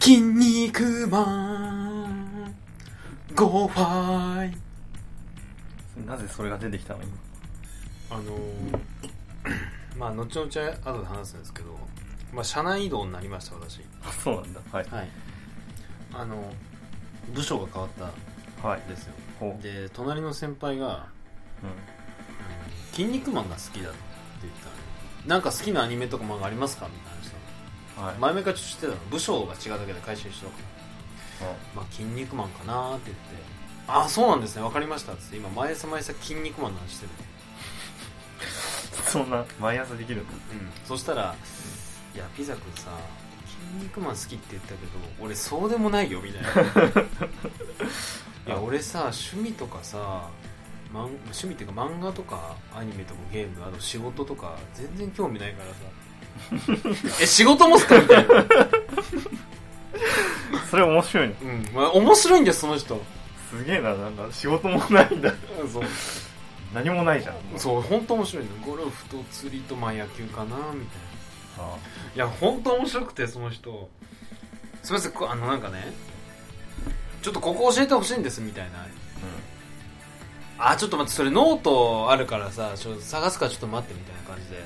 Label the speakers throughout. Speaker 1: 筋肉マン、ゴーファイ。
Speaker 2: なぜそれが出てきたの今
Speaker 1: あのー、まあ、後々後で話すんですけど、まあ、社内移動になりました、私。
Speaker 2: あそうなんだはい
Speaker 1: はい。あの、部署が変わった
Speaker 2: はい
Speaker 1: んですよ。
Speaker 2: ほう、
Speaker 1: で、隣の先輩が、
Speaker 2: う
Speaker 1: 筋肉マンが好きだって言ってたのよなんか好きなアニメとか漫画ありますかみたいな話したの
Speaker 2: んはい、
Speaker 1: 前々からちょっと知ってたの部署が違うだけで回収しとく
Speaker 2: う
Speaker 1: まあ筋肉マンかなーって言ってああそうなんですねわかりましたっつって今毎朝毎朝筋肉マンの話してる
Speaker 2: んそんな毎朝できるの
Speaker 1: うんそしたら「いやピザ君さ筋肉マン好きって言ったけど俺そうでもないよ」みたいな いや俺さ趣味とかさ漫趣味っていうか漫画とかアニメとかゲームあと仕事とか全然興味ない からさえ仕事もっすかみたいな、
Speaker 2: それ面白いね
Speaker 1: うんまあ、面白いんですその人
Speaker 2: すげえななんか仕事もないんだ
Speaker 1: うんそう
Speaker 2: 何もないじゃん
Speaker 1: そう本当面白いのゴルフと釣りとまあ野球かなみたいな
Speaker 2: あ
Speaker 1: いや本当面白くてその人すみませんこあのなんかねちょっとここ教えてほしいんですみたいなあちょっと待ってそれノートあるからさちょ探すからちょっと待ってみたいな感じで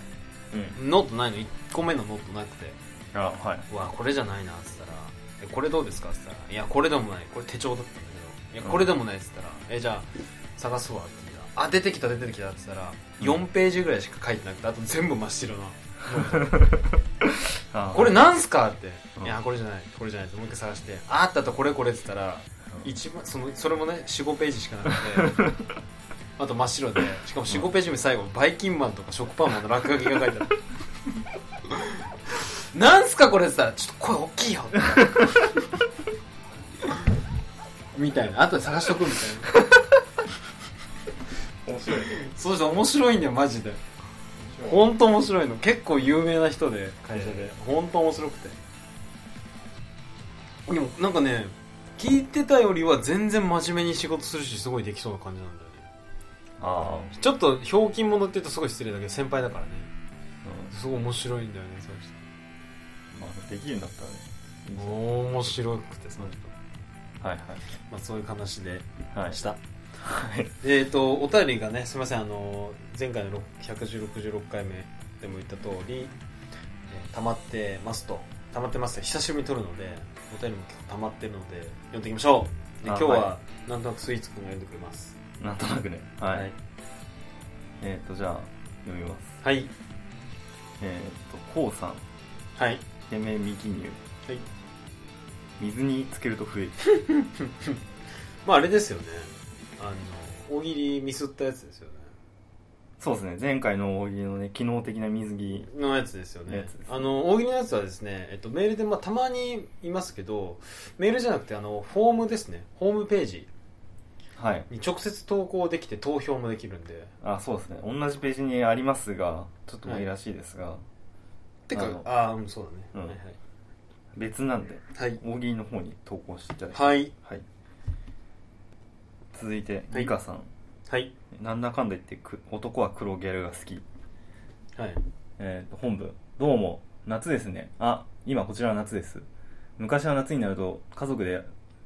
Speaker 2: うんうん
Speaker 1: ノートないの1個目のノートなくて
Speaker 2: あは
Speaker 1: うわこれじゃないなっつったら「えこれどうですか?」っつったら「いやこれでもないこれ手帳だったんだけどいやこれでもない」っつったら「えじゃあ探すわ」って言ったら「あ出てきた出てきた」っつったら
Speaker 2: うん
Speaker 1: 4ページぐらいしか書いてなくてあと全部真っ白ない
Speaker 2: あ
Speaker 1: 「これなんすか?」って「
Speaker 2: うん
Speaker 1: いやこれじゃないこれじゃない」ってもう一回探して「ああったあったこれこれ」っつったら
Speaker 2: うん
Speaker 1: 一番そのそれもね45ページしかなくて あと真っ白でしかも45ページ目最後「バイキンマン」とか「食パンマン」の落書きが書いてあるなんすかこれっつったら「ちょっと声大きい よ」みたいな後で探しとくみたいな
Speaker 2: 面白いね
Speaker 1: そうして面白いんだよマジで
Speaker 2: 面白い
Speaker 1: 本当面白いの結構有名な人で会社で本当面白くてでもなんかね聞いてたよりは全然真面目に仕事するしすごいできそうな感じなんだよね
Speaker 2: あ
Speaker 1: ちょっとひょうきん者って言うとすごい失礼だけど先輩だからね
Speaker 2: あ、
Speaker 1: すごい面白いんだよねその人
Speaker 2: うんまあ、できるんだったらねいいじ
Speaker 1: 面白くてその人、
Speaker 2: ゃんはいは
Speaker 1: まあ、そういう話で
Speaker 2: いはい
Speaker 1: した、
Speaker 2: はい
Speaker 1: えっ、とお便りがねすいませんあの前回の166回目でも言った通り、えー溜まってますと溜まってますって久しぶりに撮るのでお便りも結構溜まってるので読んでいきましょうで
Speaker 2: あ
Speaker 1: 今日は、
Speaker 2: は
Speaker 1: なんとなくスイーツくんが読んでくれます
Speaker 2: なんとなくねはい、
Speaker 1: はい、
Speaker 2: えっ、ー、とじゃあ読みます
Speaker 1: はい
Speaker 2: えっ、とこうさん
Speaker 1: はい
Speaker 2: てめえ右乳
Speaker 1: はい
Speaker 2: 水につけると 増える
Speaker 1: まああれですよねあの大喜利ミスったやつですよね
Speaker 2: そうですね前回の大喜利のね機能的な水着
Speaker 1: のやつですよ
Speaker 2: や
Speaker 1: ね
Speaker 2: つです
Speaker 1: あの大喜利のやつはですね、えっと、メールで、まあ、たまにいますけどメールじゃなくてあのフォームですねホームページ
Speaker 2: はい
Speaker 1: に直接投稿できて投票もできるんで
Speaker 2: あそうですね同じページにありますがちょっと無理らしいですが、
Speaker 1: て
Speaker 2: あ
Speaker 1: か
Speaker 2: の
Speaker 1: ああーうんそうだね、
Speaker 2: うん別なんで
Speaker 1: はいはい
Speaker 2: 大喜利の方に投稿していただき
Speaker 1: はいはい
Speaker 2: はい、続いて
Speaker 1: はい
Speaker 2: リカさん、
Speaker 1: はい
Speaker 2: なんだかんだ言ってく男は黒ギャルが好き、
Speaker 1: はい
Speaker 2: えーと本文どうも夏ですねあ今こちらは夏です昔は夏になると家族で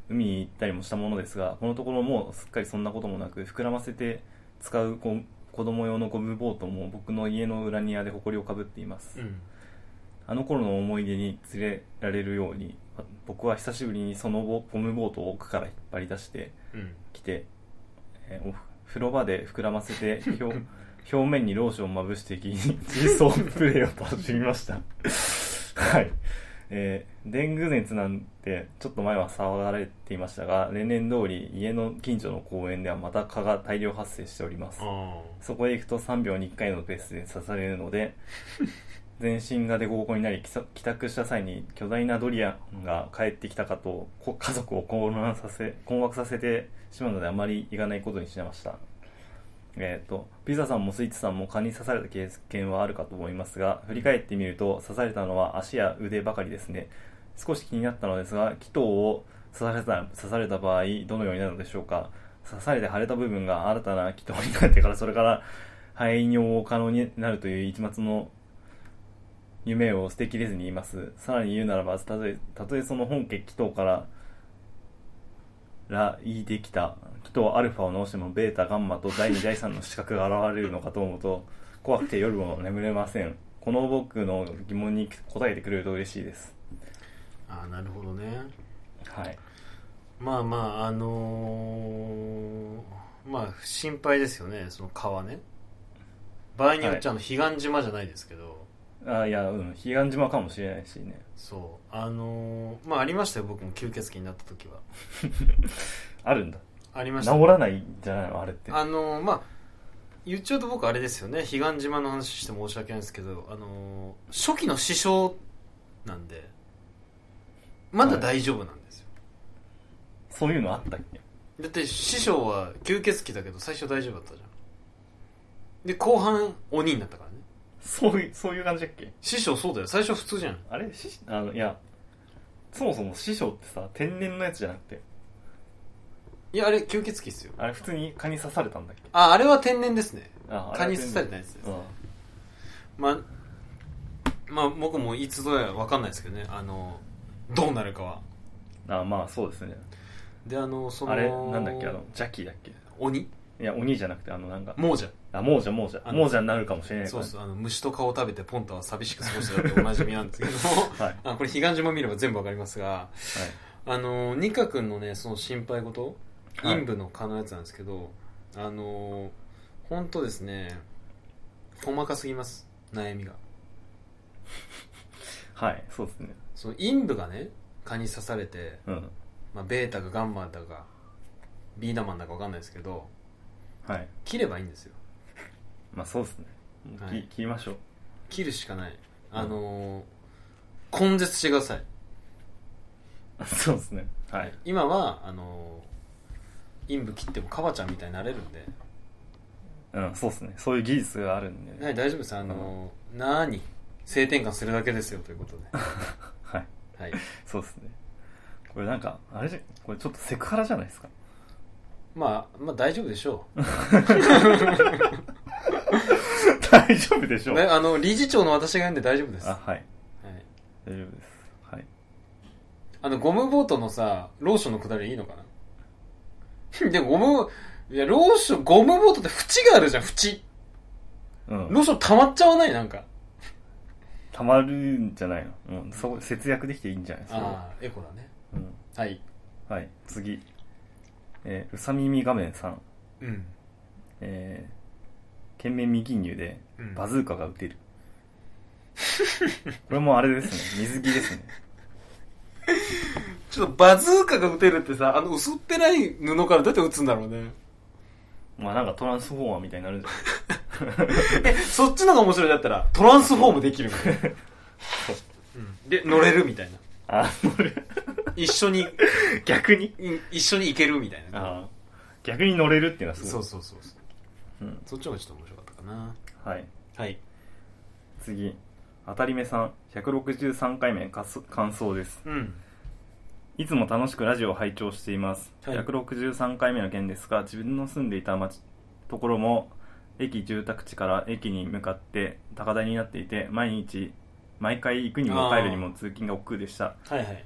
Speaker 2: 海に行ったりもしたものですがこのところもうすっかりそんなこともなく膨らませて使う子子供用のゴムボートも僕の家の裏庭で埃をかぶっています、
Speaker 1: うん
Speaker 2: あの頃の思い出に連れられるようにあ僕は久しぶりにそのゴゴムボートを奥から引っ張り出して
Speaker 1: うん
Speaker 2: きて、えーお風呂場で膨らませて表表面にローションをまぶしてジーソープレーを楽しみましたはいえー、デング熱なんてちょっと前は騒がれていましたが例年通り家の近所の公園ではまた蚊が大量発生しております
Speaker 1: ああ
Speaker 2: そこへ行くと3秒に1回のペースで刺されるので全身がデコボコになり帰さ帰宅した際に巨大なドリアンが帰ってきたかとこ家族を混乱させ困惑させてしまうのであまり行かないことにしましたえっ、とピザさんもスイーツさんも蚊に刺された経験はあるかと思いますが振り返ってみると刺されたのは足や腕ばかりですね少し気になったのですが気頭を刺された刺された場合どのようになるのでしょうか刺されて腫れた部分が新たな気筒になってからそれから排尿可能になるという一末の夢を捨てきれずにいますさらに言うならばたとえたとえその本家鬼頭かららいできた鬼頭アルファを直してもベータガンマと第2第3の資格が現れるのかと思うと怖くて夜も眠れませんこの僕の疑問に答えてくれると嬉しいです
Speaker 1: ああなるほどね
Speaker 2: はい
Speaker 1: まあまああのーまあ心配ですよねその川ね場合によっちゃあの彼岸島じゃないですけど、
Speaker 2: あいやうん彼岸島かもしれないしね
Speaker 1: そうあのーまあありましたよ僕も吸血鬼になった時は
Speaker 2: あるんだ
Speaker 1: ありま
Speaker 2: 治
Speaker 1: したね、
Speaker 2: らないんじゃないのあれって
Speaker 1: あのーまあ言っちゃうと僕あれですよね彼岸島の話して申し訳ないですけど、あのー初期の師匠なんでまだ大丈夫なんですよ、
Speaker 2: そういうのあったっけ
Speaker 1: だって師匠は吸血鬼だけど最初大丈夫だったじゃんで後半鬼になったからね
Speaker 2: そういうそういう感じだっけ
Speaker 1: 師匠そうだよ最初普通じゃん
Speaker 2: あれしあのいやそもそも師匠ってさ天然のやつじゃなくて
Speaker 1: いやあれ吸血鬼っすよ
Speaker 2: あれ普通に蚊に刺されたんだっけ
Speaker 1: ああれは天然ですね
Speaker 2: ああ
Speaker 1: 蚊
Speaker 2: れ
Speaker 1: に
Speaker 2: は
Speaker 1: 刺
Speaker 2: 天然
Speaker 1: されたやつです、
Speaker 2: うん
Speaker 1: まあまあ僕もいつぞや分かんないですけどねあのどうなるかは
Speaker 2: あまあそうですね
Speaker 1: であのその
Speaker 2: あれなんだっけあのジャキーだっけ
Speaker 1: 鬼
Speaker 2: いや鬼じゃなくてあのなんか
Speaker 1: 亡者
Speaker 2: あ亡者亡者
Speaker 1: あの
Speaker 2: 亡者になるかもしれないか
Speaker 1: そ
Speaker 2: ら
Speaker 1: うそうあの虫と顔を食べてポンタは寂しく過ごしてたっておなじみなんですけども
Speaker 2: はい
Speaker 1: あこれ彼岸島見れば全部わかりますがあのニカ君のねその心配事
Speaker 2: はい
Speaker 1: 陰部の蚊のやつなんですけど、あの本当ですね細かすぎます悩みが
Speaker 2: はい、はい、そうですね
Speaker 1: その陰部がね蚊に刺されて
Speaker 2: うん
Speaker 1: まあ、ベータかガンマだかビーダマンだかわかんないですけど
Speaker 2: はい
Speaker 1: 切ればいいんですよ
Speaker 2: まあそうですねもうき
Speaker 1: はい
Speaker 2: 切りましょう
Speaker 1: 切るしかないあのー根絶してください、
Speaker 2: あそうですねはい
Speaker 1: 今はあのー陰部切ってもカバちゃんみたいになれるんで、
Speaker 2: うんそうですねそういう技術があるんで
Speaker 1: はい、
Speaker 2: ね
Speaker 1: 大丈夫ですあのーなーに性転換するだけですよという ことで
Speaker 2: はい
Speaker 1: はい
Speaker 2: そうですねこれなんかあれじゃこれちょっとセクハラじゃないですか
Speaker 1: まあまあ大丈夫でしょう
Speaker 2: 大丈夫でしょう
Speaker 1: ねあの理事長の私が言うんで大丈夫です、
Speaker 2: あ
Speaker 1: はい、
Speaker 2: はい大丈夫ですはい
Speaker 1: あのゴムボートのさローションのくだりいいのかな でもゴムいやローションゴムボートって縁があるじゃん縁
Speaker 2: うん
Speaker 1: ローション溜まっちゃわないなんか。
Speaker 2: たまるんじゃないのうんそこ節約できていいんじゃないですか、
Speaker 1: あ、エコだね。
Speaker 2: うん、
Speaker 1: はい。
Speaker 2: はい次えーうさ耳画面さん
Speaker 1: うん。
Speaker 2: えー、懸命右入で
Speaker 1: うん
Speaker 2: バズーカが打てる、 これもあれですね水着ですね
Speaker 1: ちょっとバズーカが撃てるってさ、あの薄っぺらい布からどうやって撃つんだろうね。
Speaker 2: まあなんかトランスフォーマーみたいになるんじゃない
Speaker 1: え、そっちのが面白いだったら、トランスフォームできるみ たいな。うんで、乗れるみたいな。
Speaker 2: あ乗れ
Speaker 1: 一緒に、
Speaker 2: 逆に
Speaker 1: うん一緒に行けるみたいな。
Speaker 2: あー逆に乗れるっていうのはすごい
Speaker 1: そうそうそうそう。
Speaker 2: うん、
Speaker 1: そっちの方がちょっと面白かったかな。
Speaker 2: はい
Speaker 1: はい。
Speaker 2: 次当たり目さん163回目かす感想です
Speaker 1: うん。
Speaker 2: いつも楽しくラジオを拝聴しています、
Speaker 1: はい
Speaker 2: 163回目の件ですが自分の住んでいた町ところも駅住宅地から駅に向かって高台になっていて毎日毎回行くにも帰るにも通勤が億劫でした
Speaker 1: はいはい。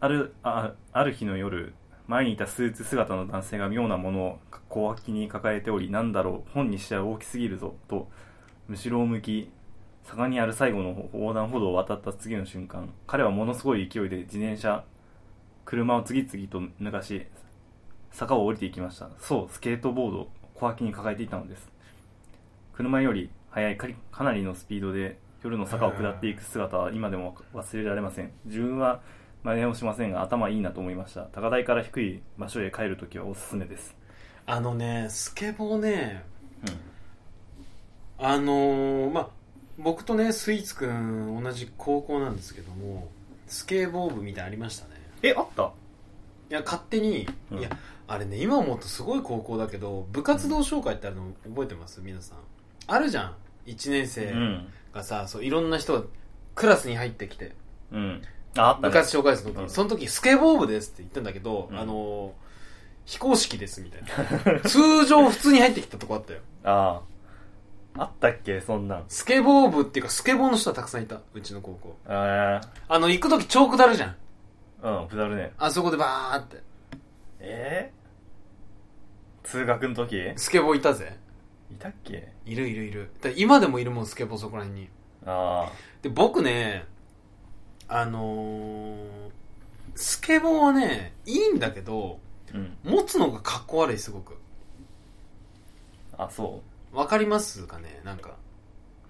Speaker 2: あるあある日の夜前にいたスーツ姿の男性が妙なものを小脇に抱えておりなんだろう本にしては大きすぎるぞと後ろを向き坂にある最後の横断歩道を渡った次の瞬間彼はものすごい勢いで自転車車を次々と抜かし坂を降りていきましたそうスケートボードを小脇に抱えていたのです車より速いかりかなりのスピードで夜の坂を下っていく姿は今でも忘れられません自分は真似をしませんが頭いいなと思いました高台から低い場所へ帰るときはおすすめです、
Speaker 1: あのね、スケボーね、あのーまあ僕とねスイーツくん同じ高校なんですけどもスケボー部みたいなのありましたね
Speaker 2: えあった
Speaker 1: いや勝手に、
Speaker 2: うん
Speaker 1: いやあれね今思うとすごい高校だけど部活動紹介ってあるの覚えてます皆さんあるじゃん1年生
Speaker 2: うん
Speaker 1: がさ、そういろんな人がクラスに入ってきて
Speaker 2: うんああった
Speaker 1: 部
Speaker 2: ね
Speaker 1: 活紹介する時、
Speaker 2: うん
Speaker 1: その時スケボー部ですって言ったんだけど、
Speaker 2: うん
Speaker 1: あのー非公式ですみたいな通常普通に入ってきたとこあったよ
Speaker 2: あああったっけそんなん
Speaker 1: スケボー部っていうか、スケボーの人はたくさんいた。うちの高校。
Speaker 2: あ
Speaker 1: あの、行くとき超下るじゃん。
Speaker 2: あうんくだるね
Speaker 1: あそこでバーって。
Speaker 2: えー、通学の時い
Speaker 1: スケボーいたぜ。
Speaker 2: たっけ
Speaker 1: いるいるいる。だから今でもいるもん、スケボーそこら辺に。
Speaker 2: あ
Speaker 1: で、僕ね、あのー、スケボーはね、いいんだけど、
Speaker 2: あうん
Speaker 1: 持つのがかっこ悪い、すごく。
Speaker 2: あそ
Speaker 1: わかりますかねなんか。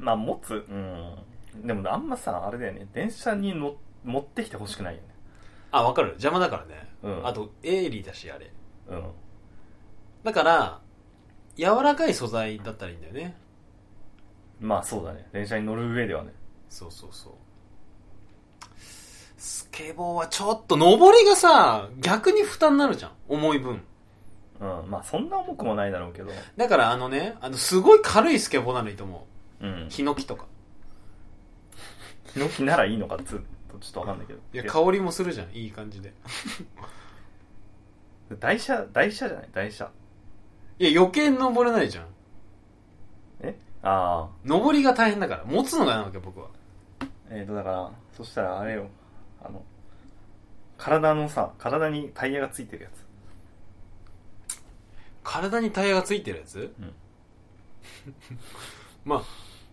Speaker 2: うまあ持つうんでもあんまさあれだよね電車にの持ってきてほしくないよね
Speaker 1: あ、わかる。邪魔だからね。
Speaker 2: うん
Speaker 1: あと、鋭利だし、あれ。
Speaker 2: うん
Speaker 1: だから、柔らかい素材だったらいいんだよね。
Speaker 2: まあそうだね電車に乗る上ではね
Speaker 1: そうそうそう。スケボーはちょっと、登りがさ、逆に負担になるじゃん。重い分。
Speaker 2: うんまあそんな重くもないだろうけど
Speaker 1: だからあのね、あの、すごい軽いスケボーなのいいと思
Speaker 2: うん
Speaker 1: う。ヒノキとか。
Speaker 2: ヒノキならいいのかっつうとちょっとわかんないけど
Speaker 1: いや、香りもするじゃん。いい感じで。
Speaker 2: 台車台車じゃない台車
Speaker 1: いや、余計登れないじゃん。
Speaker 2: えああ
Speaker 1: 登りが大変だから。持つのがなわけ、僕は。
Speaker 2: えーとだからそしたらあれよあの体のさ体にタイヤがついてるやつ
Speaker 1: 体にタイヤがついてるやつ、
Speaker 2: うん
Speaker 1: まあ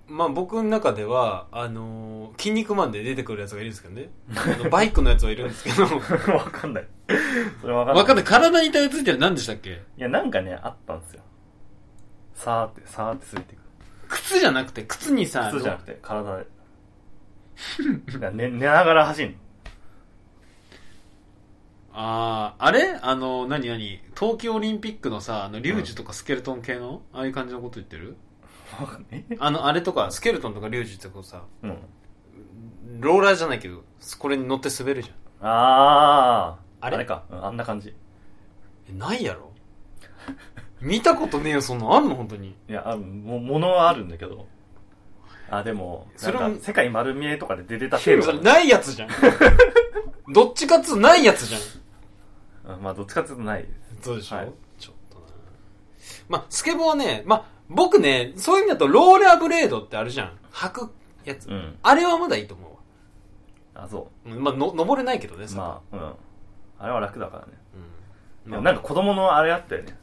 Speaker 1: まあ僕の中ではあのー筋肉マン」で出てくるやつがいるんですけどねあの バイクのやつはいるんですけど
Speaker 2: わかんない。それわかんない。
Speaker 1: わかんない体にタイヤついてるの何でしたっけ
Speaker 2: いや、なんかね、あったんですよ。さーって、さーって滑っていく。
Speaker 1: 靴じゃなくて靴にさ
Speaker 2: 靴じゃな
Speaker 1: あ
Speaker 2: くて、体 で。だから寝寝ながら走る
Speaker 1: のあーあれあの何何冬季オリンピックのさあのリュウジとかスケルトン系の、ああいう感じのこと言ってる
Speaker 2: の。わかんない。
Speaker 1: あのあれとかスケルトンとかリュウジってこうさ
Speaker 2: うん。
Speaker 1: ローラーじゃないけどこれに乗って滑るじゃん
Speaker 2: あー。
Speaker 1: あれ
Speaker 2: か、うん。あんな感じ。
Speaker 1: えないやろ 見たことねえよそんなんあんの本当に
Speaker 2: いや、あも、ものはあるんだけど。あ、でも、
Speaker 1: それも
Speaker 2: なんか、世界丸見えとかで出てた程
Speaker 1: それ
Speaker 2: 度。
Speaker 1: ないやつじゃんどっちかっつうとないやつじゃん
Speaker 2: うんまあ、どっちかっていうとないです。
Speaker 1: そうでしょ、
Speaker 2: はい
Speaker 1: ちょっとなまあスケボーはねまあ僕ねそういう意味だとローラーブレードってあるじゃん履くやつ、
Speaker 2: うん。
Speaker 1: あれはまだいいと思
Speaker 2: あ、そう
Speaker 1: わうんまあの登れないけどね
Speaker 2: う。
Speaker 1: さ、
Speaker 2: まあ、うん。あれは楽だからね。
Speaker 1: うん
Speaker 2: い
Speaker 1: ま
Speaker 2: や
Speaker 1: あ
Speaker 2: なんか子供のあれあったよね。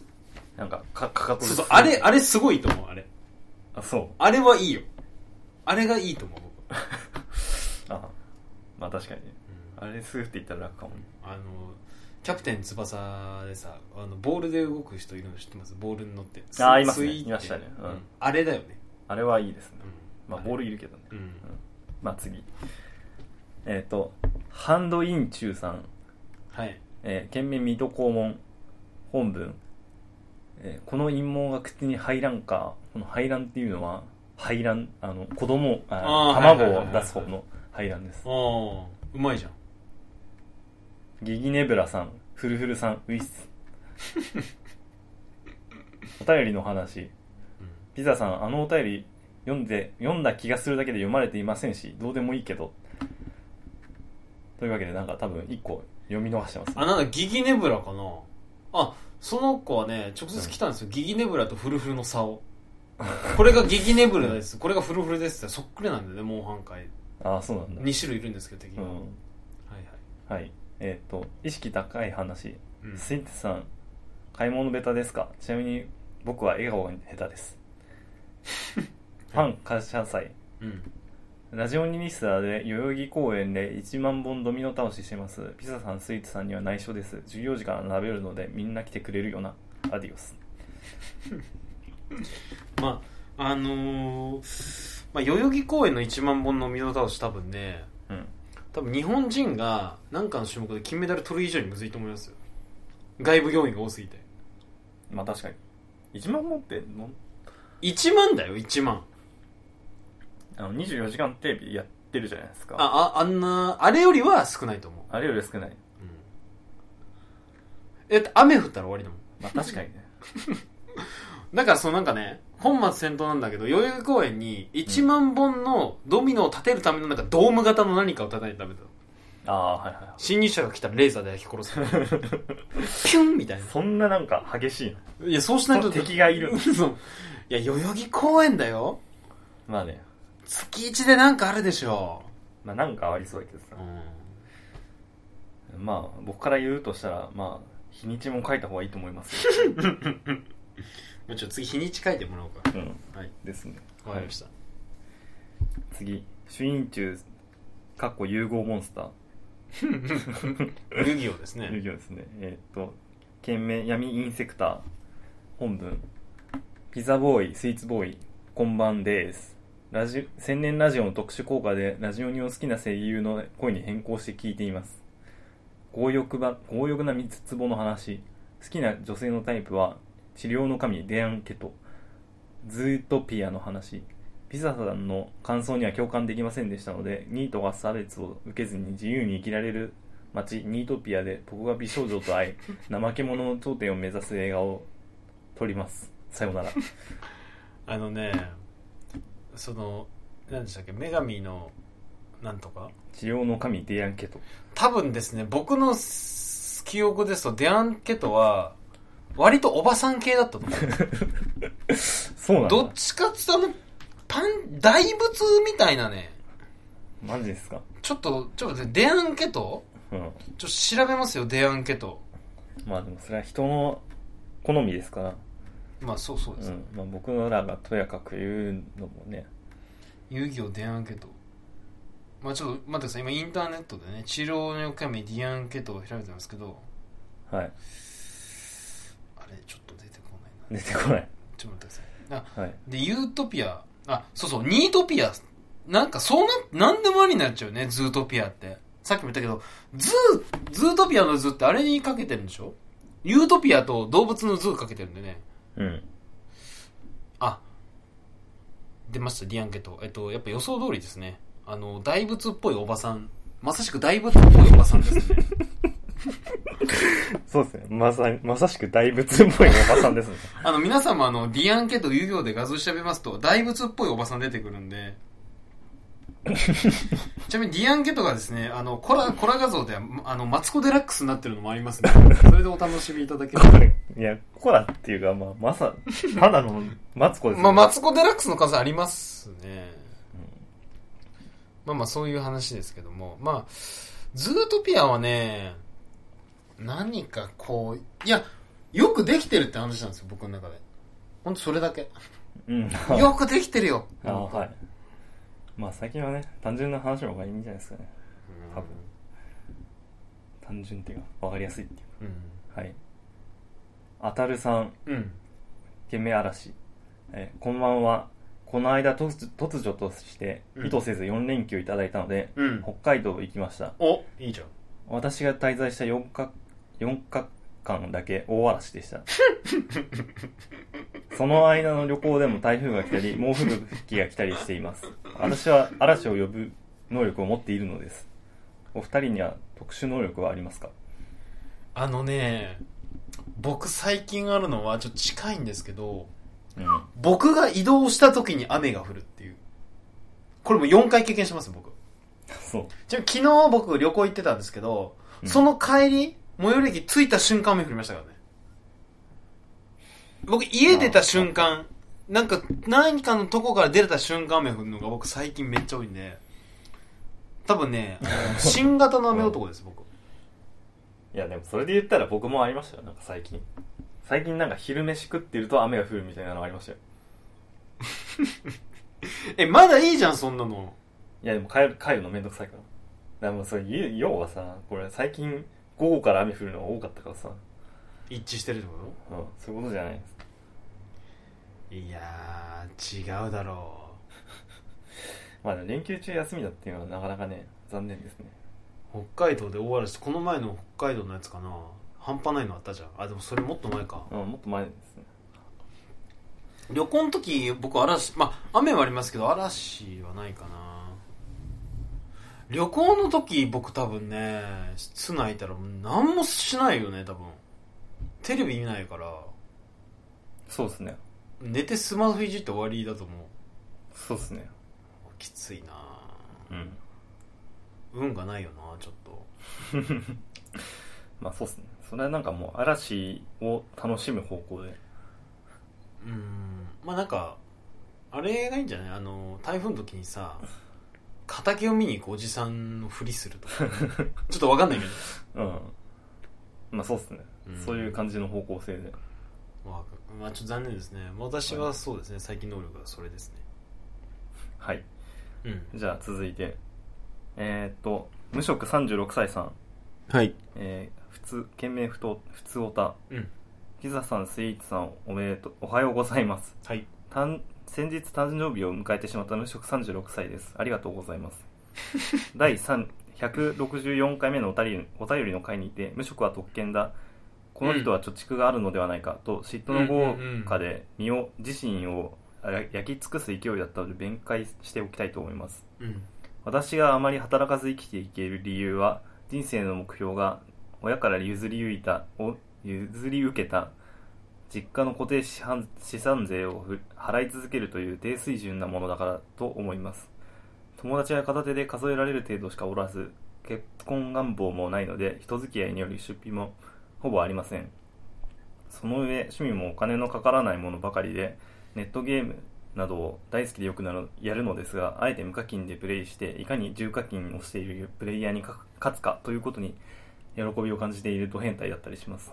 Speaker 2: なんか、か、かかとで
Speaker 1: そう
Speaker 2: す
Speaker 1: そうあれあれすごいいいと思うあれ
Speaker 2: あ、そう。
Speaker 1: あれはいいよあれがいいと思う僕
Speaker 2: あまあ確かにねあれすぐって言ったら楽かもね
Speaker 1: あのキャプテン翼でさあのボールで動く人いるの知ってますボールに乗って
Speaker 2: あーいますね
Speaker 1: スイーって
Speaker 2: いましたねうん
Speaker 1: あれだよね、
Speaker 2: あれはいいですね
Speaker 1: うん
Speaker 2: まあボールいるけどね
Speaker 1: うん
Speaker 2: まあ次えっ、とハンドインチューさん、
Speaker 1: はい
Speaker 2: えー、県名水戸黄門本文、えーこの陰謀が口に入らんかこの入らんっていうのは排卵あの子供をあー
Speaker 1: あーはいはい
Speaker 2: 卵
Speaker 1: はい
Speaker 2: を
Speaker 1: はい
Speaker 2: 出す方の排卵です
Speaker 1: ああうまいじゃん
Speaker 2: ギギネブラさん、フルフルさん、ウ ィス。お便りの話。ピザさん、あのお便り読んで、読んだ気がするだけで読まれていませんし、どうでもいいけど。というわけで、なんか多分一個読み逃してます、
Speaker 1: あなんだギギネブラかなあその子はね直接来たんですよ、ギギネブラとフルフルの差をこれがギギネブラです、これがフルフルですってそっくりなんだよね猛反回
Speaker 2: ああ、そうなんだ。
Speaker 1: 2種類いるんですけど敵
Speaker 2: う
Speaker 1: が、はい
Speaker 2: ん。
Speaker 1: はい
Speaker 2: はい。えっ、と、意識高い話。
Speaker 1: うん
Speaker 2: スイッチさん、買い物ベタですかちなみに、僕は笑顔が下 手です。ファン感謝祭。
Speaker 1: うん
Speaker 2: ラジオニリスターで代々木公園で1万本ドミノ倒ししてます。ピザさん、スイーツさんには内緒です。授業時間並べるのでみんな来てくれるよな。アディオス。
Speaker 1: まああのーまあ、代々木公園の1万本の水倒し多分ね
Speaker 2: うん。
Speaker 1: 多分日本人が何かの種目で金メダル取る以上にむずいと思いますよ外部要員が多すぎて
Speaker 2: まあ確かに。1万本っての、
Speaker 1: 1万だよ1万
Speaker 2: あの24時間テレビやってるじゃないですか。
Speaker 1: あああんなあれよりは少ないと思う、
Speaker 2: あれより少ない。
Speaker 1: えだって雨降ったら終わりだもん
Speaker 2: まあ確かにね。
Speaker 1: だからそのなんかね本末転倒なんだけど代々木公園に1万本のドミノを立てるためのなんかドーム型の何かを叩いてためだ
Speaker 2: ああはいはいはい
Speaker 1: 侵入者が来たらレーザーで焼き殺すピュンみたいな
Speaker 2: そんななんか激しいの
Speaker 1: いやそうしないと
Speaker 2: 敵がい る
Speaker 1: そういや代々木公園だよ
Speaker 2: まあね
Speaker 1: 月一でなんかあるでしょ
Speaker 2: まあなんかありそうだけどさ
Speaker 1: う、ん
Speaker 2: まあ僕から言うとしたらまあ日にちも書いた方がいいと思いますよ
Speaker 1: もうちょっと次日にち書いてもらおうか
Speaker 2: うん
Speaker 1: はい
Speaker 2: ですね
Speaker 1: わかりました
Speaker 2: 次主因中かっこ融合モンスター
Speaker 1: ルギオです
Speaker 2: 授
Speaker 1: ね
Speaker 2: 業ですねえーっと件名闇インセクター本文ピザボーイスイーツボーイこんばんですラジ千年ラジオの特殊効果でラジオニを好きな声優の声に変更して聞いています強欲ば強欲な三つ壺の話好きな女性のタイプは治療の神デアンケトズートピアの話ピザさんの感想には共感できませんでしたのでニートが差別を受けずに自由に生きられる街ニートピアで僕が美少女 と会い怠け者の頂点を目指す映画を撮りますさような ら
Speaker 1: あのねその何でしたっけ女神のなんとか
Speaker 2: 治療の神ディアンケト
Speaker 1: 多分ですね僕のす記憶ですとデアンケトは割とおばさん系だったと思う
Speaker 2: そうなんだ
Speaker 1: どっちかっつったのパン大仏みたいなね
Speaker 2: マジですか
Speaker 1: ちょっとちょっと待ってデアンケト
Speaker 2: うん
Speaker 1: ちょっと調べますよデアンケト
Speaker 2: まあでもそれは人の好みですから、
Speaker 1: まあそうそう
Speaker 2: う
Speaker 1: です、
Speaker 2: んまあ、僕のらがとやかく言うのもね
Speaker 1: 遊戯王デアンケトまあちょっと待ってください今インターネットでね治療の神ディアンケトを調べてますけどあ
Speaker 2: はい
Speaker 1: れちょっと出てこないな
Speaker 2: 出てこない
Speaker 1: ちょっと待ってくださいあ
Speaker 2: はい
Speaker 1: でユートピアあそうそうニートピアなんかそうななんでもありになっちゃうねズートピアってさっきも言ったけどズーズートピアのズーってあれにかけてるんでしょユートピアと動物のズーかけてるんでね
Speaker 2: うん
Speaker 1: あ出ましたディアンケトえっとやっぱ予想通りですねあの大仏っぽいおばさんまさしく大仏っぽいおばさんですね
Speaker 2: そうですねまさまさしく大仏っぽいおばさん ですね
Speaker 1: あの皆様あのディアンケト遊戯王で画像調べますと大仏っぽいおばさん出てくるんでちなみにディアンケトがですねあのコラコラ画像ではあのマツコ・デラックスになってるのもありますねそれでお楽しみいただければ
Speaker 2: いやコラっていうかまあまさただのマツコです
Speaker 1: まあ
Speaker 2: よね
Speaker 1: マツコ・デラックスの数ありますねまあまあそういう話ですけども、まあ、ズートピアはね、何かこう、いや、よくできてるって話なんですよ、僕の中で。ほんとそれだけ。
Speaker 2: うん、うん
Speaker 1: よくできてるよ。
Speaker 2: あーはいまあ最近はね単純な話の方がいいんじゃないですかね
Speaker 1: うん
Speaker 2: 多分単純っていうか分かりやすいっていうかはいあたるさん
Speaker 1: うん。うん。
Speaker 2: 件名嵐、えーこんばんはこの間突突如として
Speaker 1: うん
Speaker 2: 意図せず4連休いただいたので、
Speaker 1: うん
Speaker 2: 北海道行きました
Speaker 1: お、いいじゃん。
Speaker 2: 私が滞在した4か4日間だけ大嵐でした その間の旅行でも台風が来たり猛吹雪が来たりしています私は嵐を呼ぶ能力を持っているのですお二人には特殊能力はありますか
Speaker 1: あのね、僕最近あるのはちょっと近いんですけど、
Speaker 2: うん
Speaker 1: 僕が移動した時に雨が降るっていう。これも4回経験してます、僕。
Speaker 2: そう
Speaker 1: ちなみに昨日僕旅行行ってたんですけど、
Speaker 2: うん
Speaker 1: その帰り、最寄り駅着いた瞬間雨降りましたからね。僕家出た瞬間、なんか何かのとこから出れた瞬間雨降るのが僕最近めっちゃ多いんで、多分ね、あ の新型の雨男です、僕。
Speaker 2: いやでもそれで言ったら僕もありましたよなんか最近最近なんか昼飯食ってると雨が降るみたいなのありましたよ
Speaker 1: え、まだいいじゃん、そんなの。
Speaker 2: いやでも帰る帰るのめんどくさいからだからもうそれゆ要はさこれ最近午後から雨降るのが多かったからさ、
Speaker 1: 一致してるってこ
Speaker 2: うん、そういうことじゃないです
Speaker 1: といやー、違うだろ
Speaker 2: まあでも連休中休みだっていうのはなかなかね残念ですね
Speaker 1: う。北海道で大嵐、この前の北海道のやつかな。半端ないのあったじゃん。あ、でもそれもっと前か。
Speaker 2: うんもっと前ですね
Speaker 1: 旅行の時僕嵐まあ雨はありますけど嵐はないかな旅行の時僕多分ね室内いたらもう何もしないよね多分テレビ見ないから
Speaker 2: そうですね
Speaker 1: 寝てスマホいじって終わりだと思う
Speaker 2: そうですね
Speaker 1: きついな
Speaker 2: うん
Speaker 1: 運がないよなちょっと
Speaker 2: まあそうっすねそれはなんかもう嵐を楽しむ方向で
Speaker 1: うんまあなんかあれがいいんじゃないあの台風の時にさ畑を見に行くおじさんのふりするとかちょっとわかんないけど
Speaker 2: うんまあそうっすね、
Speaker 1: うん
Speaker 2: そういう感じの方向性で
Speaker 1: まあ、まあ、ちょっと残念ですね私はそうですね最近能力はそれですね
Speaker 2: はい
Speaker 1: うん
Speaker 2: じゃあ続いてえー、っと無職36歳さん
Speaker 1: はい
Speaker 2: えー、普通懸命不当普通おた
Speaker 1: うん
Speaker 2: ピザさんスイーツさんおめでとうおはようございます
Speaker 1: はい
Speaker 2: たん先日誕生日を迎えてしまった無職36歳ですありがとうございます第3 164回目のお便りお便りの回にて無職は特権だこの人は貯蓄があるのではないかと嫉妬の豪華で身を自身をあや焼き尽くす勢いだったので弁解しておきたいと思います
Speaker 1: うん
Speaker 2: 私があまり働かず生きていける理由は人生の目標が親から譲り受いたお譲り受けた実家の固定資産資産税をふ払い続けるという低水準なものだからと思います友達は片手で数えられる程度しかおらず結婚願望もないので人付き合いにより出費もほぼありませんその上趣味もお金のかからないものばかりでネットゲームなどを大好きでよくなるやるのですがあえて無課金でプレイしていかに重課金をしているプレイヤーにか勝つかということに喜びを感じていると変態だったりします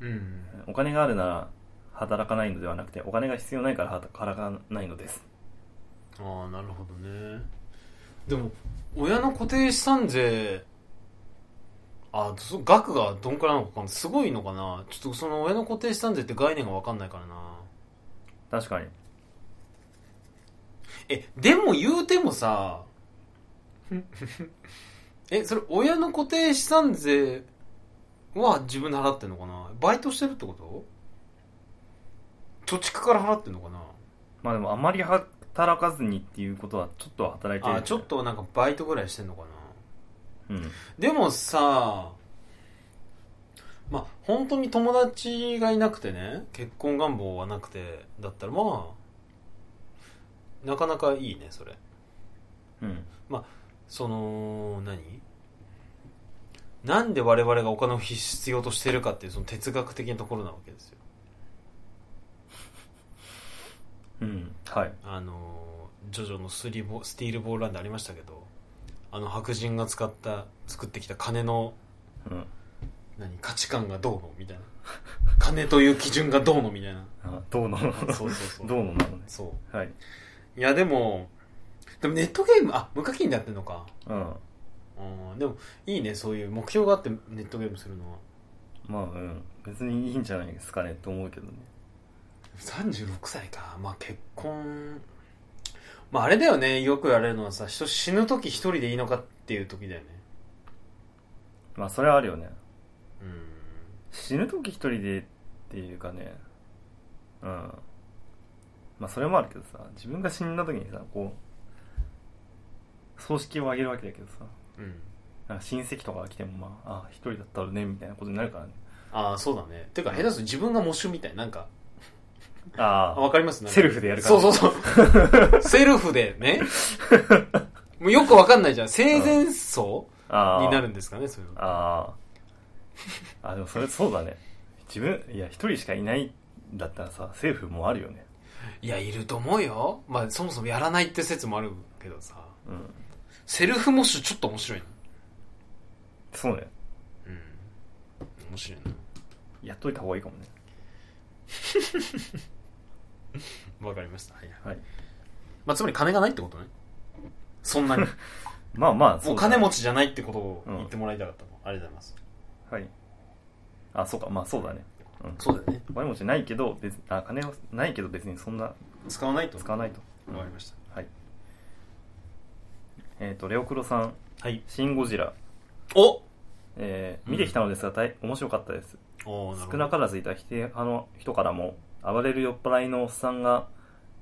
Speaker 1: うん
Speaker 2: お金があるなら働かないのではなくてお金が必要ないから働かないのです
Speaker 1: ああなるほどねでも親の固定資産税あそ額がどんくらいなのか分かんないすごいのかなちょっとその親の固定資産税って概念が分かんないからな
Speaker 2: 確かに
Speaker 1: えでも言うてもさえそれ親の固定資産税は自分で払ってんのかなバイトしてるってこと貯蓄から払ってんのかな
Speaker 2: まあでもあまり働かずにっていうことはちょっとは働いてる
Speaker 1: あちょっとなんかバイトぐらいしてんのかな
Speaker 2: うん
Speaker 1: でもさまあ本当に友達がいなくてね結婚願望はなくてだったらまあなかなかいいねそれ
Speaker 2: うん
Speaker 1: その何なんで我々がお金を必要としてるかっていうその哲学的なところなわけですよ
Speaker 2: うんはい
Speaker 1: あのージョジョのスリボスティールボールランでありましたけどあの白人が使った作ってきた金の
Speaker 2: うん
Speaker 1: 何価値観がどうのみたいな金という基準がどうのみたいな
Speaker 2: あどうなの
Speaker 1: そうそうそ
Speaker 2: ど
Speaker 1: う
Speaker 2: うもなのね
Speaker 1: そ
Speaker 2: はいう
Speaker 1: いやでもでもネットゲームあ無課金でやってんのか
Speaker 2: うん
Speaker 1: うんでもいいねそういう目標があってネットゲームするのは
Speaker 2: まあうん別にいいんじゃないですかねと思うけどね
Speaker 1: 36歳かまあ結婚まああれだよねよく言われるのはさ人死ぬ時一人でいいのかっていう時だよね
Speaker 2: まあそれはあるよね
Speaker 1: うん
Speaker 2: 死ぬ時一人でっていうかねうんまあそれもあるけどさ自分が死んだ時にさこう葬式をあげるわけだけどさ
Speaker 1: うん
Speaker 2: なんか親戚とかが来てもまああ一人だったらねみたいなことになるからね
Speaker 1: ああそうだねてか下手すると自分が喪主みたいなんかあ
Speaker 2: あ
Speaker 1: わかりますなんか
Speaker 2: セルフでやるから
Speaker 1: そうそう そうセルフでねもうよくわかんないじゃん生前葬
Speaker 2: あああ
Speaker 1: になるんですかねそれは
Speaker 2: あああでもそれそうだね自分いや一人しかいないんだったらさセルフもあるよね
Speaker 1: いやいると思うよまあそもそもやらないって説もあるけどさ
Speaker 2: うん
Speaker 1: セルフ喪主ちょっと面白いな
Speaker 2: そうね
Speaker 1: うん面白いな
Speaker 2: やっといた方がいいかもね
Speaker 1: わかりました。はいはい。
Speaker 2: はい
Speaker 1: まあ、つまり金がないってことね。そ んなに。
Speaker 2: まあまあ
Speaker 1: お
Speaker 2: そうだね
Speaker 1: 金持ちじゃないってことを言ってもらいたかったの。ありがとうございます。
Speaker 2: はいあそうかまあそうだねうん
Speaker 1: そうだよね。
Speaker 2: お金持ちないけど別あ金はないけど別にそんな
Speaker 1: 使わないと。
Speaker 2: 使わないと
Speaker 1: わかりました。
Speaker 2: はいえっ、とレオクロさん
Speaker 1: はい。
Speaker 2: 「シン・ゴジラ
Speaker 1: お」
Speaker 2: えー
Speaker 1: うん
Speaker 2: 見てきたのですが大面白かったです
Speaker 1: お
Speaker 2: 少なからずいた否定派の人からも暴れる酔っ払いのおっさんが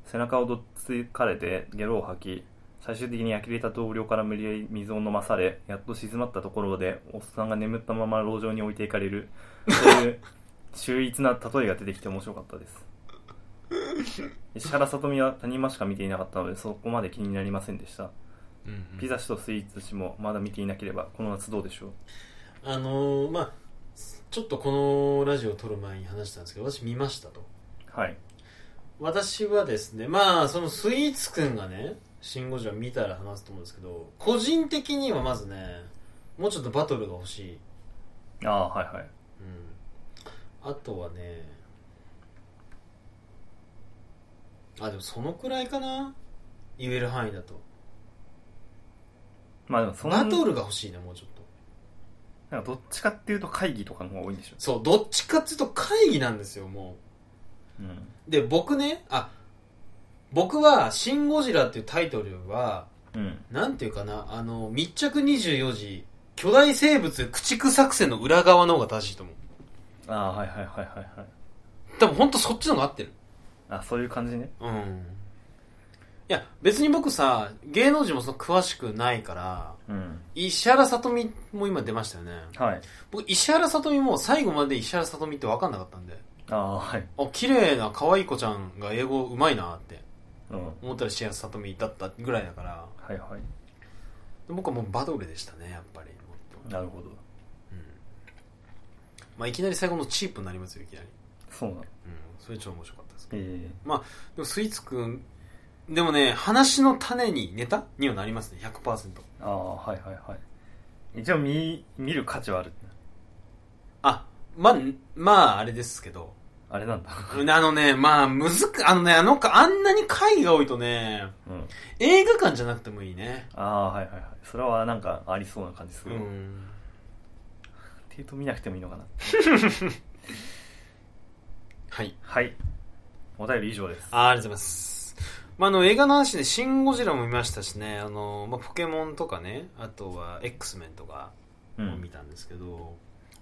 Speaker 2: 背中をどっつかれてゲロを吐き最終的に呆れた同僚から無理やり水を飲まされやっと静まったところでおっさんが眠ったまま路上に置いていかれるそういう秀逸な例えが出てきて面白かったです石原さとみは谷間しか見ていなかったのでそこまで気になりませんでした
Speaker 1: うんうん
Speaker 2: ピザ史とスイーツ史もまだ見ていなければこの夏どうでしょう
Speaker 1: あのーまあちょっとこのラジオを撮る前に話したんですけど私見ましたと
Speaker 2: はい
Speaker 1: 私はですねまあそのスイーツくんがね「シン・ゴジラ」見たら話すと思うんですけど個人的にはまずねもうちょっとバトルが欲しい、
Speaker 2: ああはいはい
Speaker 1: うん、あとはねあでもそのくらいかな言える範囲だと
Speaker 2: まあでもその
Speaker 1: バトルが欲しいねもうちょっと
Speaker 2: なんかどっちかっていうと会議とかの方が多いんでしょ
Speaker 1: そうどっちかっていうと会議なんですよも
Speaker 2: う、ん、
Speaker 1: うで僕ねあ僕は「シン・ゴジラ」っていうタイトルは
Speaker 2: うん、
Speaker 1: なんていうかな、あの、密着24時、巨大生物駆逐作戦の裏側の方が正しいと思う。
Speaker 2: ああはいはいはいはいはい
Speaker 1: 多分本当そっちの方が合ってる。
Speaker 2: あそういう感じね
Speaker 1: うん。いや、別に僕さ、芸能人もその詳しくないから、
Speaker 2: うん
Speaker 1: 石原さとみも今出ましたよね。
Speaker 2: はい
Speaker 1: 僕、石原さとみも最後まで石原さとみって分かんなかったんで、
Speaker 2: ああはい
Speaker 1: あ、綺麗な可愛い子ちゃんが英語うまいなって
Speaker 2: うんは
Speaker 1: 思ったら石原さとみだったぐらいだから、
Speaker 2: いはい
Speaker 1: 僕はもうバトルでしたね、やっぱり。
Speaker 2: なるほど
Speaker 1: うんまあ、いきなり最後のチープになりますよいきなり、
Speaker 2: そうなの
Speaker 1: うん、それ超面白かったですけど
Speaker 2: え
Speaker 1: でもスイーツくんでもね話の種にネタにはなりますね100%
Speaker 2: えああはいはいはい一応見見る価値はある
Speaker 1: あまあまああれですけど
Speaker 2: あれなんだ
Speaker 1: あのねまあむずくあのねあのかあんなに会議が多いとね
Speaker 2: うん
Speaker 1: 映画館じゃなくてもいいね
Speaker 2: ああはいはいはいそれはなんかありそうな感じす
Speaker 1: う
Speaker 2: る、っ
Speaker 1: ん
Speaker 2: ていうと見なくてもいいのかな
Speaker 1: はい
Speaker 2: はいお便り以上です
Speaker 1: あーありがとうございます。まあ、あの映画の話ね、シン・ゴジラも見ましたしね、あのまあ、ポケモンとかね、あとは X メンとか
Speaker 2: う
Speaker 1: も見
Speaker 2: ん
Speaker 1: たんですけど、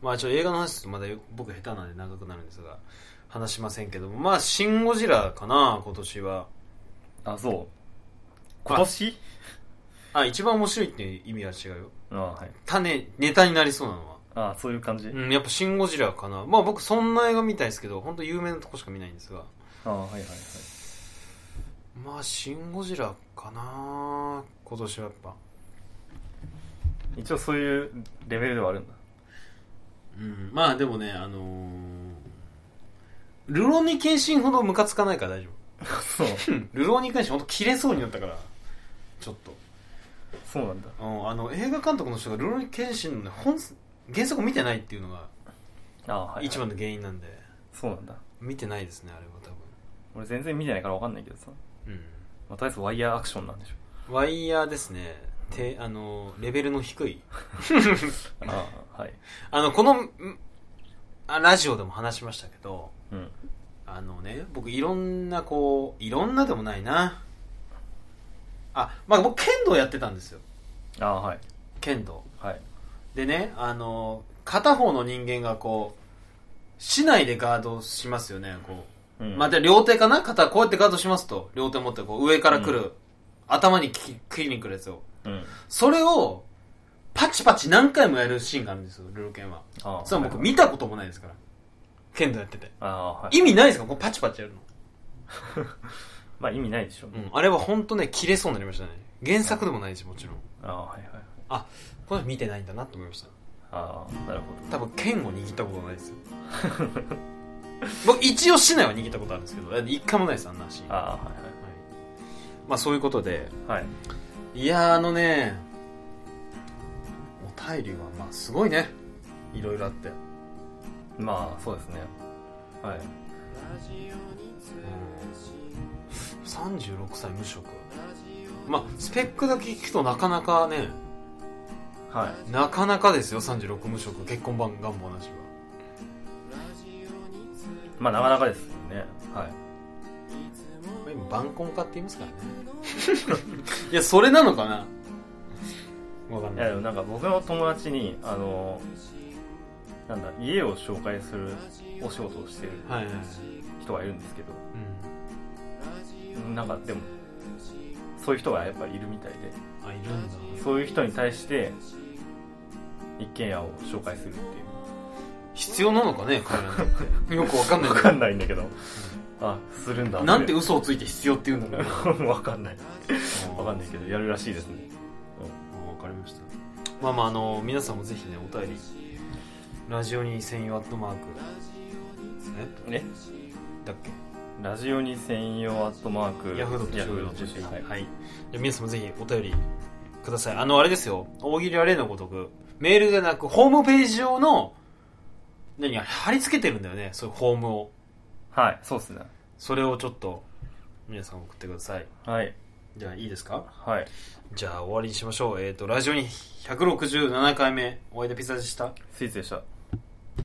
Speaker 1: まあ、ちょっと映画の話するとまだよ僕下手なんで長くなるんですが、話しませんけども、まあ、シン・ゴジラかな、今年は。
Speaker 2: あそう今年
Speaker 1: あ、一番面白いっていう意味は違うよ。
Speaker 2: ああはい
Speaker 1: 種、ネタになりそうなのは。
Speaker 2: ああそういう感じ、
Speaker 1: うん、やっぱシン・ゴジラかな。まあ僕そんな映画見たいですけど、本当有名なとこしか見ないんですが。
Speaker 2: ああはいはいはい
Speaker 1: まあ、シン・ゴジラかな、今年はやっぱ。
Speaker 2: 一応そういうレベルではあるんだ
Speaker 1: うん、まあでもね、あのー、ルローニケンシンほどムカつかないから大丈
Speaker 2: そう
Speaker 1: 夫。うんルローニケンシンほんと切れそうになったから、ちょっと。
Speaker 2: そうなんだ
Speaker 1: うんあの、映画監督の人がルローニケンシンのね本、原作を見てないっていうのが
Speaker 2: ああはい、はい、
Speaker 1: 一番の原因なんで、
Speaker 2: そうなんだ
Speaker 1: 見てないですね、あれは多
Speaker 2: 俺全然見てないから分かんないけどさ、
Speaker 1: 分。
Speaker 2: まあ、とりあえずワイヤーアクションなんでしょ
Speaker 1: うん。ワイヤーですね、て、あのー、レベルの低い。
Speaker 2: ああはい
Speaker 1: あの、この、んあラジオでも話しましたけど、
Speaker 2: うん
Speaker 1: あのね、僕いろんなこう、いろんなでもないな。あ、まあ僕剣道やってたんですよ。
Speaker 2: ああはい
Speaker 1: 剣道。
Speaker 2: はい
Speaker 1: でね、あの、片方の人間がこう、市内でガードしますよね、こ
Speaker 2: う
Speaker 1: う。
Speaker 2: ん
Speaker 1: まあ、で両手かな肩こうやってガードしますと。両手持ってこう、上から来る。
Speaker 2: う
Speaker 1: 頭にき切りに来るやつを。
Speaker 2: うん
Speaker 1: それを、パチパチ何回もやるシーンがあるんですよ、ルルケンは。
Speaker 2: ああ
Speaker 1: それは僕見たこともないですから。剣道やってて。
Speaker 2: ああはい
Speaker 1: 意味ないですかこうパチパチやるの。
Speaker 2: まあ意味ないでしょ、
Speaker 1: うん、あれは本当ね、切れそうになりましたね。原作でもないし、もちろん。
Speaker 2: ああはいはい
Speaker 1: あ、この人見てないんだなって思いました。
Speaker 2: ああなるほ
Speaker 1: 多分、剣を握ったことないですよ。 僕、一応、市内は握ったことあるんですけど、だって一回もないです、あんなシーン。
Speaker 2: ど
Speaker 1: はい。
Speaker 2: ああは
Speaker 1: まあ、そういうことで、
Speaker 2: いはいはい
Speaker 1: いやー、あのね、お便りは、まあ、すごいね。いろいろあって。うん
Speaker 2: まあそうですねはい
Speaker 1: 36歳無職。まあ、スペックだけ聞くとなかなかね、
Speaker 2: はい
Speaker 1: なかなかですよ、36無職。結婚番願望なしは。
Speaker 2: まあなかなかですよねはい
Speaker 1: 今晩婚化って言いますからね いやそれなのかなわかん
Speaker 2: い
Speaker 1: な
Speaker 2: や
Speaker 1: い
Speaker 2: でもなんか僕の友達にあのなんだ家を紹介するお仕事をしてる
Speaker 1: はいはい、
Speaker 2: 人がいるんですけどなんかでもそういう人がやっぱりいるみたいで
Speaker 1: うん、あいるんだ
Speaker 2: そういう人に対して一軒家を紹介するっていう
Speaker 1: 必要なのかね彼らにとってよくわかんない
Speaker 2: 分
Speaker 1: け
Speaker 2: か
Speaker 1: ど
Speaker 2: んないんだけどあするんだ
Speaker 1: なんて嘘をついて必要って言うんだろう
Speaker 2: 分かんない
Speaker 1: な
Speaker 2: 分かんないけどやるらしいですね
Speaker 1: ましたまあまああの皆さんもぜひねお便りラジオに専用アットマークえ
Speaker 2: ね
Speaker 1: だっけ
Speaker 2: ラジオに専用アットマーク
Speaker 1: ヤフードと
Speaker 2: ヤ
Speaker 1: ヤ
Speaker 2: フ
Speaker 1: フ
Speaker 2: ー
Speaker 1: ー
Speaker 2: ドと
Speaker 1: と
Speaker 2: し
Speaker 1: し
Speaker 2: ようはい
Speaker 1: はい。で皆さんもぜひお便りください。あの、あれですよ。大喜利は例のごとく、メールじゃなく、ホームページ上の、何、貼り付けてるんだよね。そういうフォームを。
Speaker 2: はいそうですね
Speaker 1: それをちょっと、皆さん送ってください。
Speaker 2: はい
Speaker 1: じゃあ、いいですか
Speaker 2: はい
Speaker 1: じゃあ、終わりにしましょう。えっ、と、ラジオに167回目、お相手ピザでした。
Speaker 2: スイーツでした